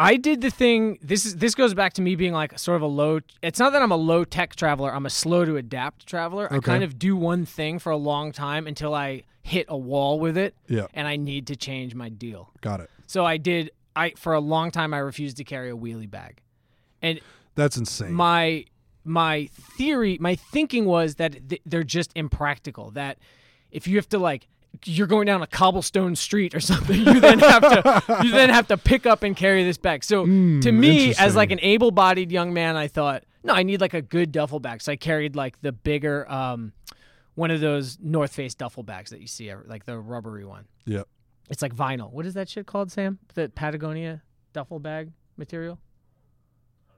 I did the thing. This is this goes back to me being like sort of a low. It's not that I'm a low tech traveler. I'm a slow to adapt traveler. I Okay. kind of do one thing for a long time until I hit a wall with it, Yeah, and I need to change my deal. got it. So I did. I for a long time I refused to carry a wheelie bag, and That's insane. my my theory my thinking was that th- they're just impractical that if you have to like you're going down a cobblestone street or something you then have to you then have to pick up and carry this bag so to me as like an able-bodied young man i thought no i need like a good duffel bag so i carried like the bigger um one of those north face duffel bags that you see ever- like the rubbery one Yep. it's like vinyl what is that shit called sam the patagonia duffel bag material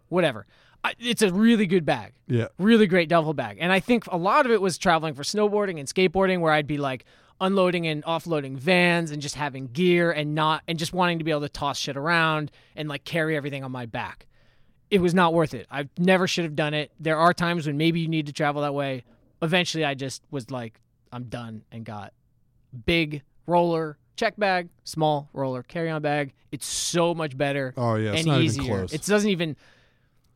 whatever I, it's a really good bag yeah, really great duffel bag. And I think a lot of it was traveling for snowboarding and skateboarding where I'd be like unloading and offloading vans and just having gear and not and just wanting to be able to toss shit around and like carry everything on my back. It was not worth it. I never should have done it. There are times when maybe you need to travel that way. Eventually I just was like I'm done and got big roller check bag, small roller carry-on bag. It's so much better Oh yeah, it's and not easier. even close. It doesn't even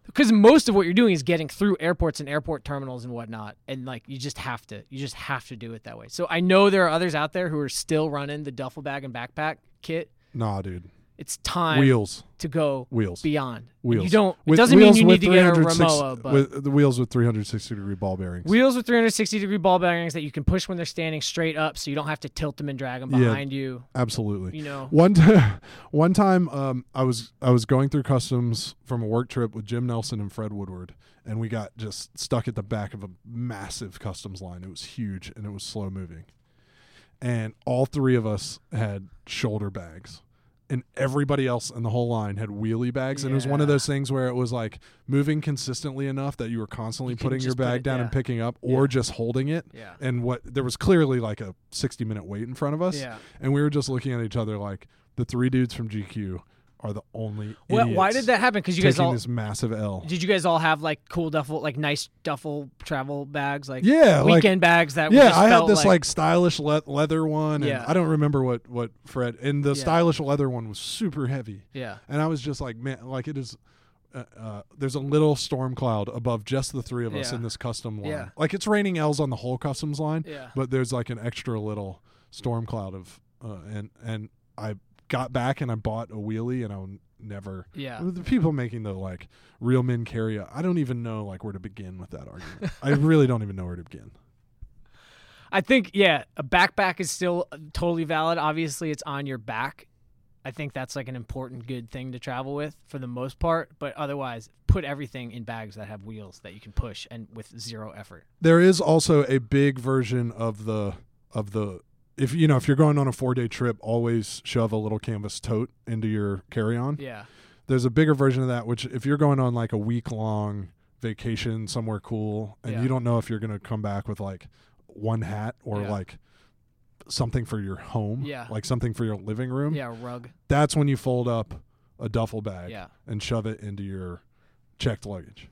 because most of what you're doing is getting through airports and airport terminals and whatnot, and like you just have to, you just have to do it that way. So I know there are others out there who are still running the duffel bag and backpack kit. nah, dude. It's time Wheels, to go wheels, beyond. wheels. You don't. It With- doesn't mean wheels you with need to get a 360 Ramoa, but with the wheels with 360 degree ball bearings. wheels with 360 degree ball bearings that you can push when they're standing straight up, so you don't have to tilt them and drag them Yeah. behind you. Absolutely. You know. One time, one time, um, I was I was going through customs from a work trip with Jim Nelson and Fred Woodward, and we got just stuck at the back of a massive customs line. It was huge and it was slow moving, and all three of us had shoulder bags, and everybody else in the whole line had wheelie bags. And it was one of Yeah. those things where it was like moving consistently enough that you were constantly You couldn't putting your just put bag it- down and yeah. picking up, or Yeah. just holding it. Yeah. And what there was clearly like a 60 minute wait in front of us Yeah. and we were just looking at each other like the three dudes from GQ are the only. Well, why idiots did that happen? Because you guys taking all this massive L? Did you guys all have like cool duffel, like nice duffel travel bags, like Yeah, like- weekend bags that? Yeah, just I had felt this like, like, stylish le- leather one, and Yeah. I don't remember what what Fred and the Yeah. stylish leather one was super heavy, yeah, and I was just like, man, like it is. Uh, uh, there's a little storm cloud above just the three of us Yeah. in this custom line. Yeah. Like it's raining L's on the whole customs line, yeah. but there's like an extra little storm cloud of, uh, and and I got back and I bought a wheelie and I'll n- never Yeah. The people making the like real men carry, a- I don't even know like where to begin with that argument. I really don't even know where to begin. I think yeah, a backpack is still totally valid. Obviously, it's on your back. I think that's like an important good thing to travel with for the most part, but otherwise, put everything in bags that have wheels that you can push and with zero effort. There is also a big version of the of the if you know if you're going on a four day trip, always shove a little canvas tote into your carry on. Yeah. There's a bigger version of that, which if you're going on like a week long vacation somewhere cool and Yeah. you don't know if you're gonna come back with like one hat or Yeah. like something for your home, Yeah. like something for your living room, Yeah, rug. that's when you fold up a duffel bag Yeah. and shove it into your checked luggage.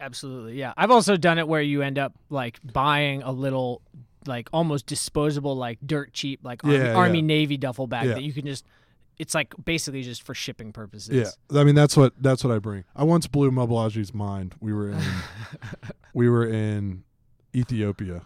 Absolutely. Yeah. I've also done it where you end up like buying a little like almost disposable like dirt cheap like army, Yeah, yeah. army navy duffel bag Yeah. that you can just it's like basically just for shipping purposes. Yeah, I mean that's what that's what I bring. I once blew Mobilagi's mind. We were in we were in Ethiopia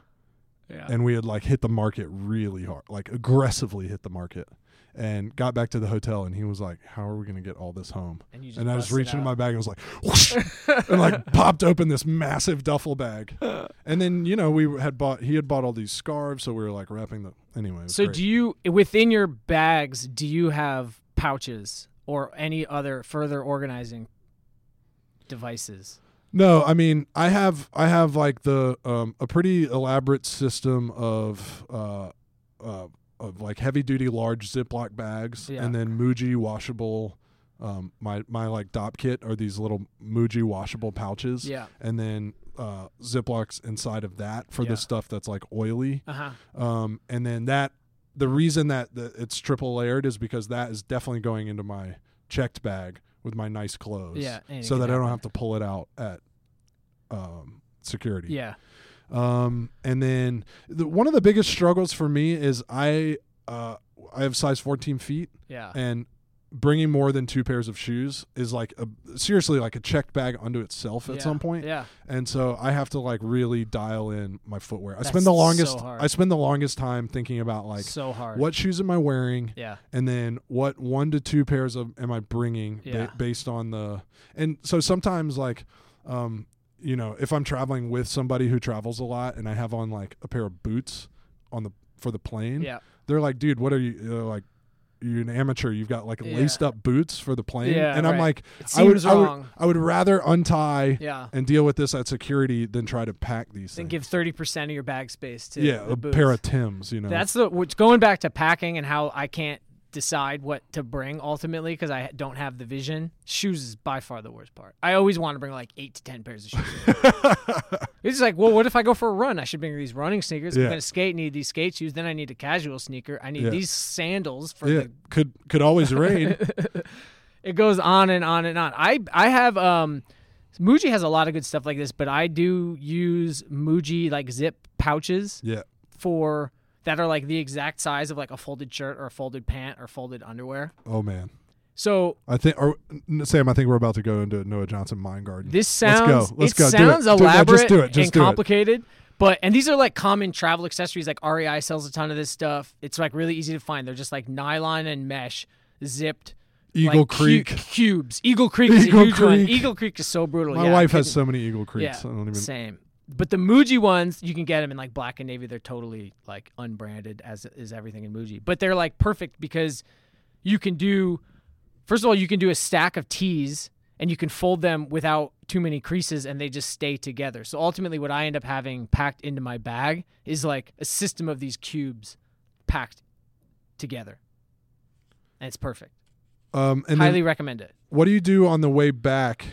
Yeah. and we had like hit the market really hard, like aggressively hit the market, and got back to the hotel and he was like, "How are we gonna get all this home?" And you just And I was bust it reaching in my out. bag and was like, whoosh, and like popped open this massive duffel bag, and then you know we had bought he had bought all these scarves, so we were like wrapping the anyway. So do you within your bags do you have pouches or any other further organizing devices? No, I mean I have I have like the um a pretty elaborate system of uh uh of like heavy duty large Ziploc bags Yeah. and then Muji washable um my my like dop kit are these little Muji washable pouches Yeah. and then uh Ziplocs inside of that for Yeah. the stuff that's like oily Uh-huh. um and then that the reason that the, it's triple layered is because that is definitely going into my checked bag with my nice clothes Yeah, and it so can that I don't happen. have to pull it out at um, security. Yeah. Um, and then the, one of the biggest struggles for me is I uh, I have size 14 feet, Yeah. and bringing more than two pairs of shoes is like a, seriously like a checked bag unto itself at Yeah. some point. Yeah. And so I have to like really dial in my footwear. I That's spend the so longest hard. I spend the longest time thinking about like so hard. what shoes am I wearing Yeah. and then what one to two pairs of am I bringing ba- Yeah. based on the and so sometimes like um you know if I'm traveling with somebody who travels a lot and I have on like a pair of boots on the for the plane Yeah. they're like dude what are you they're like you're an amateur you've got like Yeah. laced up boots for the plane Yeah, and I'm right. like It I would, seems I would- wrong. I would rather untie yeah. and deal with this at security than try to pack these Then things give 30% of your bag space to yeah the a boots. pair of Tims you know That's the which going back to packing and how I can't decide what to bring ultimately because I don't have the vision. Shoes is by far the worst part. I always want to bring like eight to ten pairs of shoes. it's like, well, what if I go for a run? I should bring these running sneakers. Yeah. I'm gonna skate, need these skate shoes. Then I need a casual sneaker. I need Yeah. these sandals for yeah the. could could always rain It goes on and on and on. I I have um. Muji has a lot of good stuff like this, but I do use Muji like zip pouches yeah for that are like the exact size of like a folded shirt or a folded pant or folded underwear. oh man So I think, or n- Sam, I think we're about to go into a Noah Johnson mind garden. this Let's go. sounds Let's it go. Do sounds it. Do it. No, elaborate just do it. Just and do it. complicated. But and these are like common travel accessories. Like REI sells a ton of this stuff. It's like really easy to find. They're just like nylon and mesh, zipped. like, Eagle cu- Creek. cubes. Eagle Creek is Eagle a huge one. Creek. Eagle Creek is so brutal. My Yeah, I wife has couldn't- so many Eagle Creeks. yeah, I don't even. same. But the Muji ones, you can get them in like black and navy. They're totally like unbranded, as is everything in Muji. But they're like perfect because you can do. First of all, you can do a stack of tees and you can fold them without too many creases, and they just stay together. So ultimately, what I end up having packed into my bag is like a system of these cubes packed together, and it's perfect. Um, and Highly then, recommend it. what do you do on the way back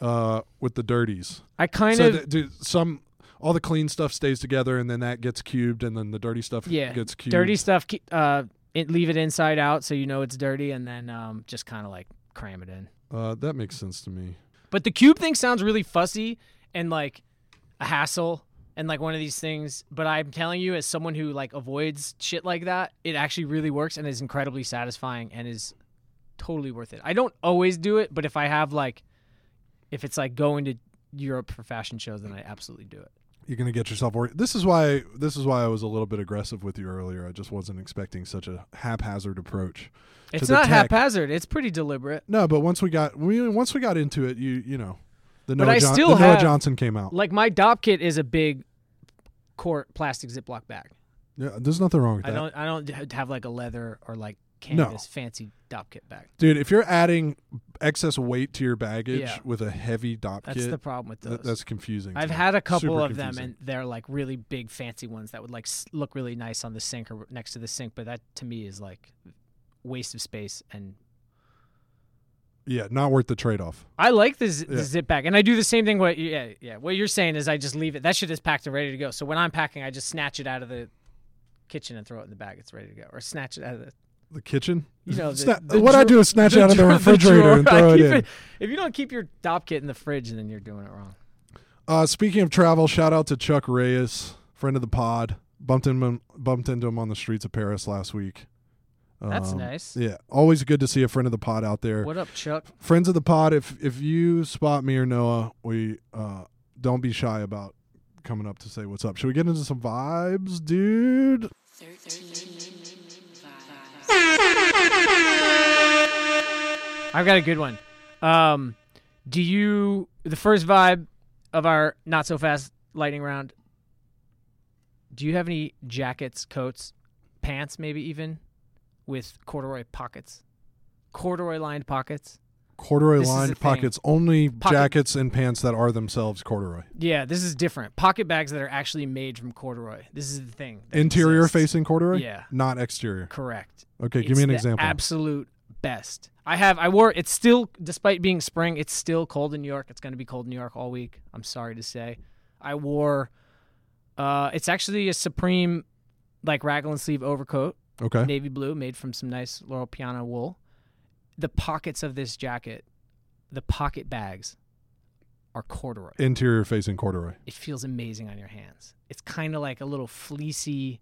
uh, with the dirties? I kind so of th- do some all the clean stuff stays together, and then that gets cubed, and then the dirty stuff Yeah. gets cubed. dirty stuff keep- uh it, leave it inside out so you know it's dirty and then um just kind of like cram it in Uh, that makes sense to me. but the cube thing sounds really fussy and like a hassle and like one of these things but i'm telling you as someone who like avoids shit like that it actually really works and is incredibly satisfying and is totally worth it i don't always do it but if i have like if it's like going to europe for fashion shows then i absolutely do it You're gonna get yourself worried. This is why. This is why I was a little bit aggressive with you earlier. I just wasn't expecting such a haphazard approach. to it's the not tech. haphazard it's pretty deliberate No, but once we got we once we got into it, you you know, the Noah, I John- still the Noah have- Johnson came out. like my dop kit is a big quart plastic Ziploc bag. Yeah, there's nothing wrong with I that. don't I don't have like a leather or like canvas fancy dop kit bag. Dude, if you're adding excess weight to your baggage Yeah. with a heavy dop That's kit, the problem with those. that- that's confusing. to I've me. had a couple Super of them, confusing. and they're like really big, fancy ones that would like s- look really nice on the sink or next to the sink. But that to me is like waste of space. And Yeah, not worth the trade off. I like the, z- Yeah. the zip bag, and I do the same thing. What yeah yeah what you're saying is I just leave it. That shit is packed and ready to go. So when I'm packing, I just snatch it out of the kitchen and throw it in the bag. It's ready to go, or snatch it out of the The kitchen? You know, the- Sna- the what I drawer- do is snatch it out of the drawer- refrigerator drawer. and I throw it keep in. If you don't keep your dop kit in the fridge, then you're doing it wrong. Uh, speaking of travel, shout out to Chuck Reyes, friend of the pod. Bumped into him, bumped into him on the streets of Paris last week. That's Um, nice. Yeah, always good to see a friend of the pod out there. What up, Chuck? Friends of the pod, if if you spot me or Noah, we uh, don't be shy about coming up to say what's up. Should we get into some vibes, dude? 13 vibes. I've got a good one. Um, do you the first vibe of our not so fast lightning round? Do you have any jackets, coats, pants, maybe even with corduroy pockets, corduroy lined pockets? Corduroy This is the lined thing. pockets, only Pocket- jackets and pants that are themselves corduroy. Yeah, this is different. Pocket bags that are actually made from corduroy. This is the thing. that Interior exists. facing corduroy, Yeah. not exterior. Correct. Okay, give It's me an the example. Absolute best. I have. I wore. It's still, despite being spring, it's still cold in New York. It's going to be cold in New York all week. I'm sorry to say. I wore. Uh, it's actually a Supreme, like raglan sleeve overcoat, okay, navy blue, made from some nice Laurel Piana wool. The pockets of this jacket, the pocket bags, are corduroy. interior facing corduroy. It feels amazing on your hands. It's kind of like a little fleecy,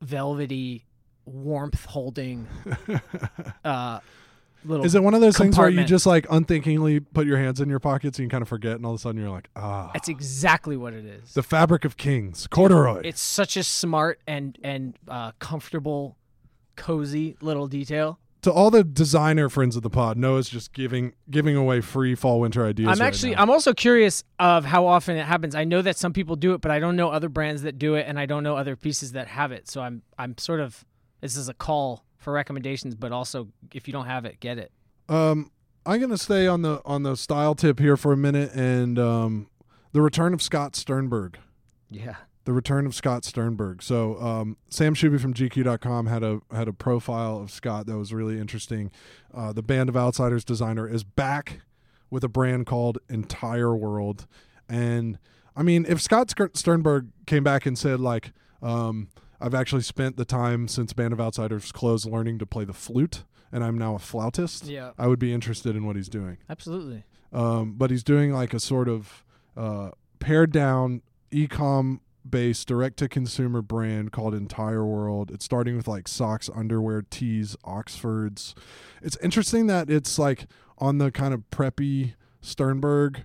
velvety, warmth holding uh little Is it one of those things where you compartment. just like unthinkingly put your hands in your pockets and you kind of forget, and all of a sudden you're like, ah, that's exactly what it is the fabric of kings, corduroy. it's such a smart and and uh comfortable cozy little detail to all the designer friends of the pod, Noah's just giving giving away free fall winter ideas. i'm right actually now. i'm also curious of how often it happens i know that some people do it but i don't know other brands that do it and i don't know other pieces that have it so i'm i'm sort of this is a call for recommendations but also if you don't have it get it um, I'm gonna stay on the on the style tip here for a minute, and um, the return of Scott Sternberg. yeah The return of Scott Sternberg. So um, Sam Shuby from GQ.com had a had a profile of Scott that was really interesting. Uh, the Band of Outsiders designer is back with a brand called Entire World, and I mean, if Scott Sk- Sternberg came back and said like, um, "I've actually spent the time since Band of Outsiders closed learning to play the flute, and I'm now a flautist," yeah I would be interested in what he's doing absolutely um, but he's doing like a sort of uh, pared down e-com based direct to consumer brand called Entire World. It's starting with like socks, underwear, tees, Oxfords. It's interesting that it's like on the kind of preppy Sternberg,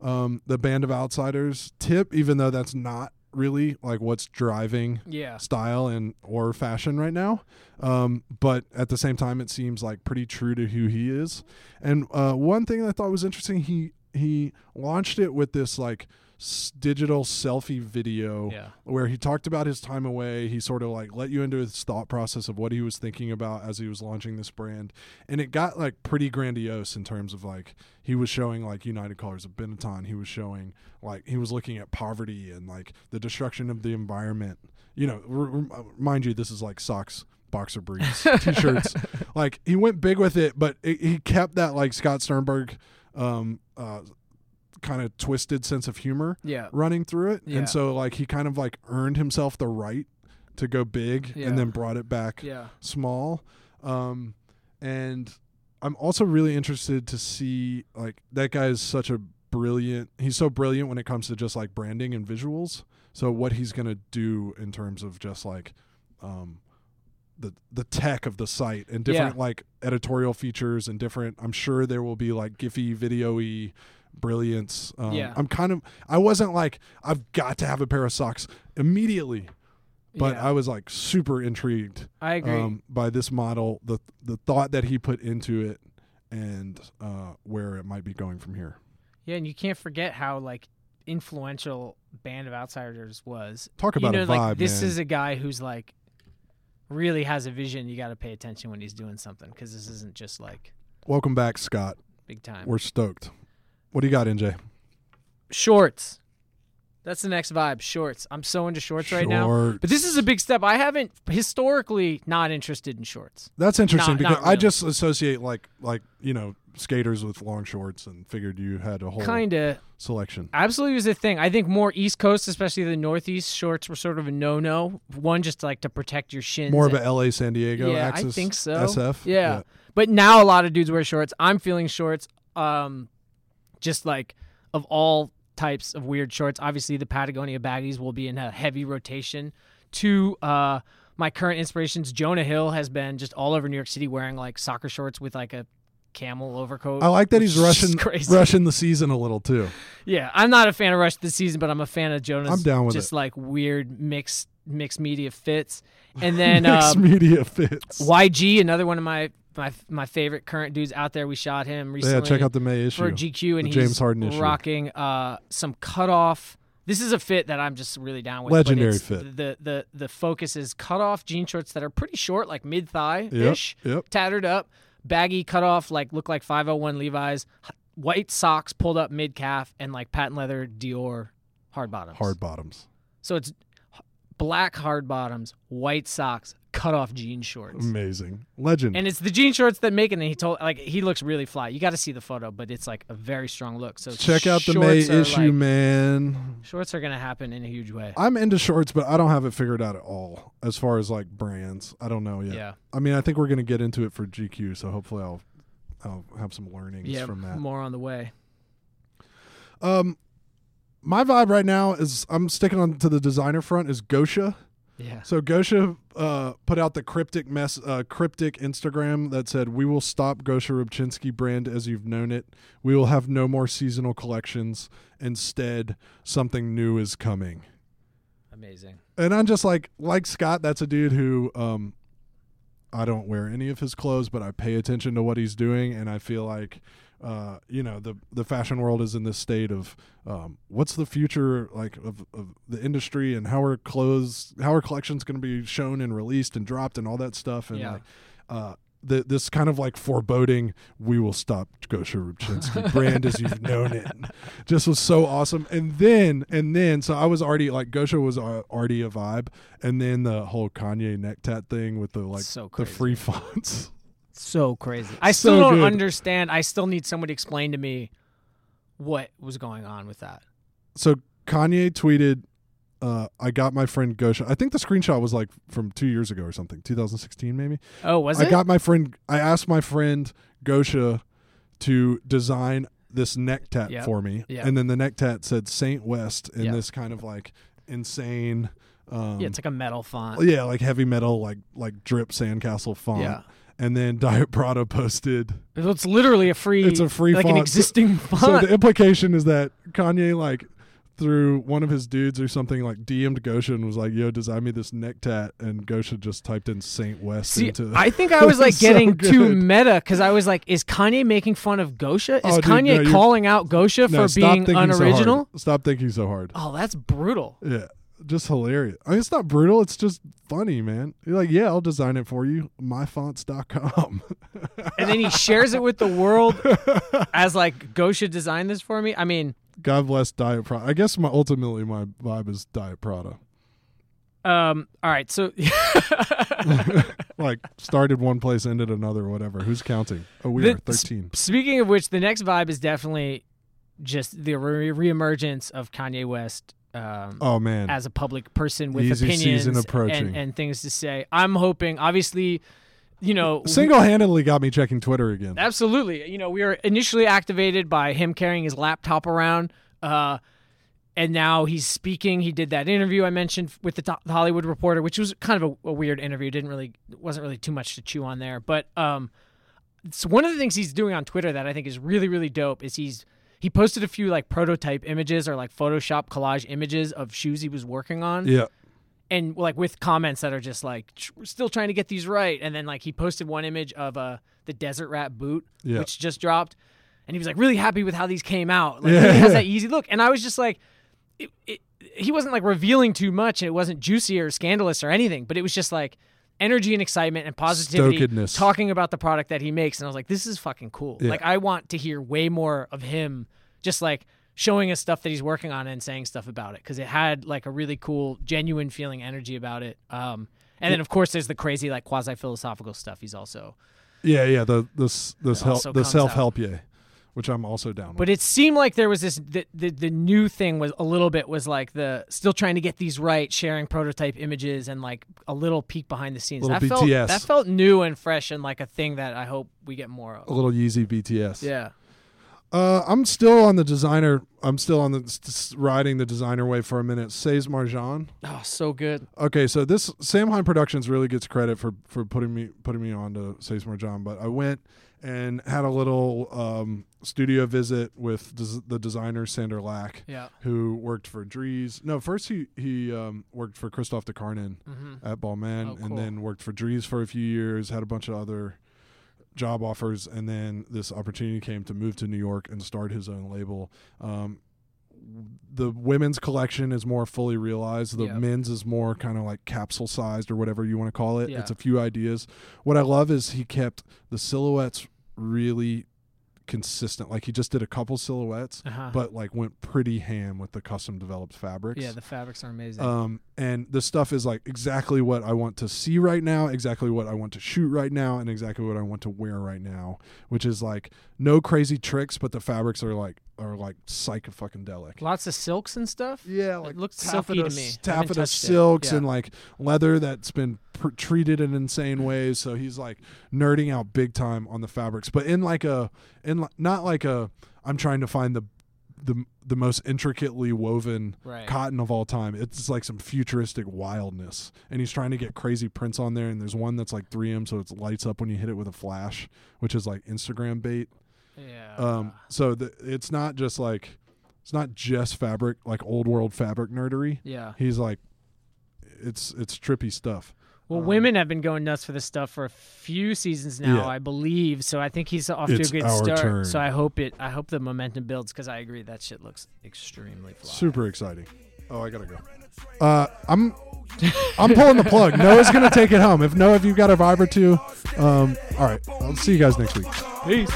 um, the band of outsiders tip, even though that's not really like what's driving yeah style and or fashion right now um, but at the same time it seems like pretty true to who he is and uh, one thing that i thought was interesting he he launched it with this like s- digital selfie video yeah where he talked about his time away. He sort of like let you into his thought process of what he was thinking about as he was launching this brand. And it got like pretty grandiose in terms of like he was showing like United Colors of Benetton. He was showing like he was looking at poverty and like the destruction of the environment. You know, r- r- mind you, this is like socks, boxer briefs, t shirts. Like he went big with it, but it, he kept that like Scott Sternberg um, uh, kind of twisted sense of humor yeah running through it Yeah. and so like he kind of like earned himself the right to go big Yeah. and then brought it back yeah small um and i'm also really interested to see like that guy is such a brilliant he's so brilliant when it comes to just like branding and visuals so what he's going to do in terms of just like um the the tech of the site and different like editorial features and different i'm sure there will be like giphy videoy brilliance um, Yeah. i'm kind of i wasn't like i've got to have a pair of socks immediately but yeah. i was like super intrigued I, agree um, by this model, the the thought that he put into it, and uh, where it might be going from here. Yeah, and you can't forget how like influential band of outsiders was. Talk about you a know, like vibe, this man. is a guy who's like really has a vision. You got to pay attention when he's doing something because this isn't just like Welcome back, Scott. big time We're stoked. What do you got, NJ? shorts. That's the next vibe. Shorts. I'm so into shorts right now. But this is a big step. I haven't historically not interested in shorts. That's interesting Not- because not I really. just associate like like you know skaters with long shorts and figured you had a whole Kinda. selection. Absolutely was a thing. I think more East Coast, especially the Northeast, shorts were sort of a no-no. One just like to protect your shins. More of a LA San Diego yeah, axis. I think so. SF. Yeah. But now a lot of dudes wear shorts. I'm feeling shorts. Um, just like of all types of weird shorts. Obviously, the Patagonia baggies will be in a heavy rotation. To uh, my current inspirations, Jonah Hill has been just all over New York City wearing like soccer shorts with like a camel overcoat. I like that he's which is rushing Crazy. rushing the season a little too. Yeah, I'm not a fan of Rush this season, but I'm a fan of Jonas. I'm down with just it. like weird mixed mixed media fits. And then uh, Mixed media fits. YG, another one of my my my favorite current dudes out there. We shot him recently. yeah, check out the May for issue. GQ, and The he's James Harden issue. rocking uh, some cutoff. This is a fit that I'm just really down with. but Legendary it's- fit. The the the focus is cutoff jean shorts that are pretty short, like mid thigh yep, ish, yep. tattered up, baggy cutoff, like look like 501 Levi's, h- white socks pulled up mid calf, and like patent leather Dior hard bottoms. Hard bottoms. So it's h- black hard bottoms, white socks, cutoff jean shorts. Mm. Amazing. Legend. And it's the jean shorts that make it. And he told, like, he looks really fly. You got to see the photo, but it's like a very strong look. So check out the May shorts are, issue, like- man. Shorts are gonna happen in a huge way. I'm into shorts, but I don't have it figured out at all as far as like brands. I don't know yet. Yeah, I mean, I think we're gonna get into it for GQ, so hopefully I'll I'll have some learnings yeah. from that. More on the way. Um, my vibe right now is I'm sticking on to the designer front is Gosha. Yeah. So Gosha uh, put out the cryptic mess, uh, cryptic Instagram that said, "We will stop Gosha Rubchinsky brand as you've known it. We will have no more seasonal collections. Instead, something new is coming." Amazing. and I'm just like like Scott. That's a dude who um, I don't wear any of his clothes, but I pay attention to what he's doing, and I feel like uh, you know the the fashion world is in this state of um, what's the future like of, of the industry and how are clothes how are collections going to be shown and released and dropped and all that stuff and Yeah. like uh, the, this kind of like foreboding we will stop Gosha Rubchinsky brand as you've known it just was so awesome and then and then so I was already like Gosha was uh, already a vibe and then the whole Kanye neck tat thing with the like So the crazy. free fonts So crazy. I So still don't good. understand. I still need someone to explain to me what was going on with that. so Kanye tweeted uh, I got my friend Gosha I think the screenshot was like from two years ago or something 2016 maybe Oh, was I it? got my friend. I asked my friend Gosha to design this neck tat Yep. for me, Yep. and then the neck tat said Saint West in Yep. this kind of like insane, um, yeah, it's like a metal font. yeah, like heavy metal, like like drip sandcastle font. Yeah. And then Diet Prada posted. It's literally a free. It's a free like font. an So- existing So font. the implication is that Kanye like through one of his dudes or something like DM'd Gosha and was like, "Yo, design me this neck tat," and Gosha just typed in Saint West See, into. I think I was like So getting too good. meta because I was like, is Kanye making fun of Gosha? Is Oh, dude, no, Kanye you're- calling out Gosha No, for stop being thinking so hard. unoriginal? stop thinking so hard. oh, that's brutal. Yeah, just hilarious. I mean, it's not brutal. It's just funny, man. You're like, yeah, I'll design it for you. Myfonts.com. and then he shares it with the world as like Gosha designed this for me. I mean, God bless Diet Prada. I guess my ultimately my vibe is Diet Prada. um, all right, so Like started one place, ended another, whatever. Who's counting? Oh, we The- are thirteen. speaking of which, the next vibe is definitely just the re- reemergence of Kanye West um, Oh man, as a public person with Easy opinions season approaching. And, and things to say. I'm hoping, obviously, you know, single-handedly got me checking Twitter again. Absolutely. You know, we were initially activated by him carrying his laptop around. Uh, and now he's speaking. He did that interview I mentioned with the, to- the Hollywood Reporter, which was kind of a, a weird interview. Didn't really, wasn't really too much to chew on there. But um, it's one of the things he's doing on Twitter that I think is really, really dope is he's he posted a few like prototype images or like Photoshop collage images of shoes he was working on Yeah, and like with comments that are just like "Tr- we're still trying to get these right and then like he posted one image of uh the desert rat boot Yeah. which just dropped and he was like really happy with how these came out like Yeah. really has that easy look and i was just like it, it, he wasn't like revealing too much and it wasn't juicy or scandalous or anything, but it was just like energy and excitement and positivity Stokedness. talking about the product that he makes. And I was like, this is fucking cool. Yeah. Like, I want to hear way more of him just like showing us stuff that he's working on and saying stuff about it because it had like a really cool, genuine feeling energy about it. Um, and then, of course, there's the crazy, like quasi philosophical stuff he's also. Yeah, yeah. The this this It help also the comes out. self help yeah, which I'm also down with. But it seemed like there was this the, the the new thing was a little bit was like the still trying to get these right, sharing prototype images and like a little peek behind the scenes. Little that felt BTS. that felt new and fresh and like a thing that I hope we get more A of. little Yeezy BTS. Yeah. Uh, I'm still on the designer. I'm still on the s- s- riding the designer wave for a minute. Says Marjan. Oh, so good. Okay, so this Sam Hine Productions really gets credit for for putting me putting me on to Says Marjan. But I went and had a little um, studio visit with des- the designer Sander Lack, Yeah. who worked for Dries. No, first he he um, worked for Christoph de Carnin at Ballman, Oh, cool. and then worked for Dries for a few years. Had a bunch of other job offers, and then this opportunity came to move to New York and start his own label. Um, the women's collection is more fully realized. The Yep. men's is more kind of like capsule sized or whatever you want to call it. Yeah. It's a few ideas. What I love is he kept the silhouettes really consistent. Like he just did a couple silhouettes, Uh-huh. but like went pretty ham with the custom developed fabrics. yeah, the fabrics are amazing. Um, and the stuff is like exactly what I want to see right now, exactly what I want to shoot right now, and exactly what I want to wear right now, which is like no crazy tricks, but the fabrics are like are like psycho fucking delic. Lots of silks and stuff. Yeah, like looks taffeta, silky to me. I haven't taffeta touched it. silks Yeah. and like leather that's been pr- treated in insane ways. So he's like nerding out big time on the fabrics, but in like a in li- not like a I'm trying to find the the the most intricately woven Right. cotton of all time. It's like some futuristic wildness, and he's trying to get crazy prints on there. And there's one that's like 3M, so it lights up when you hit it with a flash, which is like Instagram bait. Yeah. Um, so the, it's not just like it's not just fabric like old world fabric nerdery. yeah. He's like, it's it's trippy stuff. Well, Um, women have been going nuts for this stuff for a few seasons now, Yeah. I believe. So I think he's off to a It's good our start. turn. So I hope it. I hope the momentum builds because I agree that shit looks extremely fly. Super exciting. Oh, I gotta go. Uh, I'm I'm pulling the plug. Noah's gonna take it home. If Noah, if you've got a vibe or two, um, all right. I'll see you guys next week. Peace.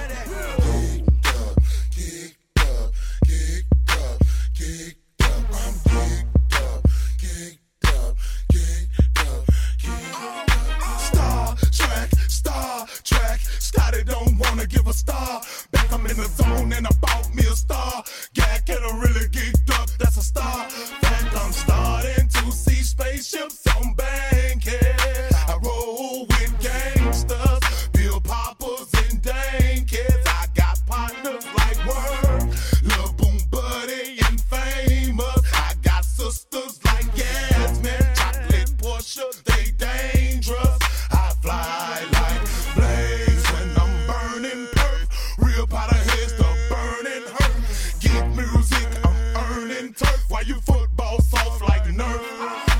Star Trek, Star Trek. Scotty don't wanna give a star. Back I'm in the zone and I bought me a star. Gag can I really geeked up? That's a star. Back I'm starting to see spaceships on bankhead. I roll with gangsters, bill poppers and dang kids. I got partners like Word, Lil Boom Buddy and Famous. I got sisters like Yasmin, Chocolate Porsche, they dangerous. I fly like blaze when I'm burning perf. Real Potterheads, the burning hurt. Geek music, I'm earning turf. Why you football soft like nerf?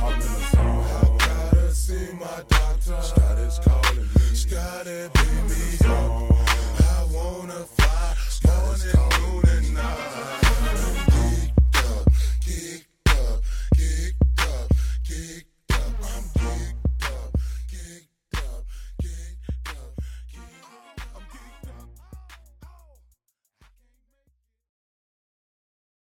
I'm in the zone. I gotta see my doctor. Scotty's calling me. Scotty, beat me up. I wanna fly. Scotty's calling and I.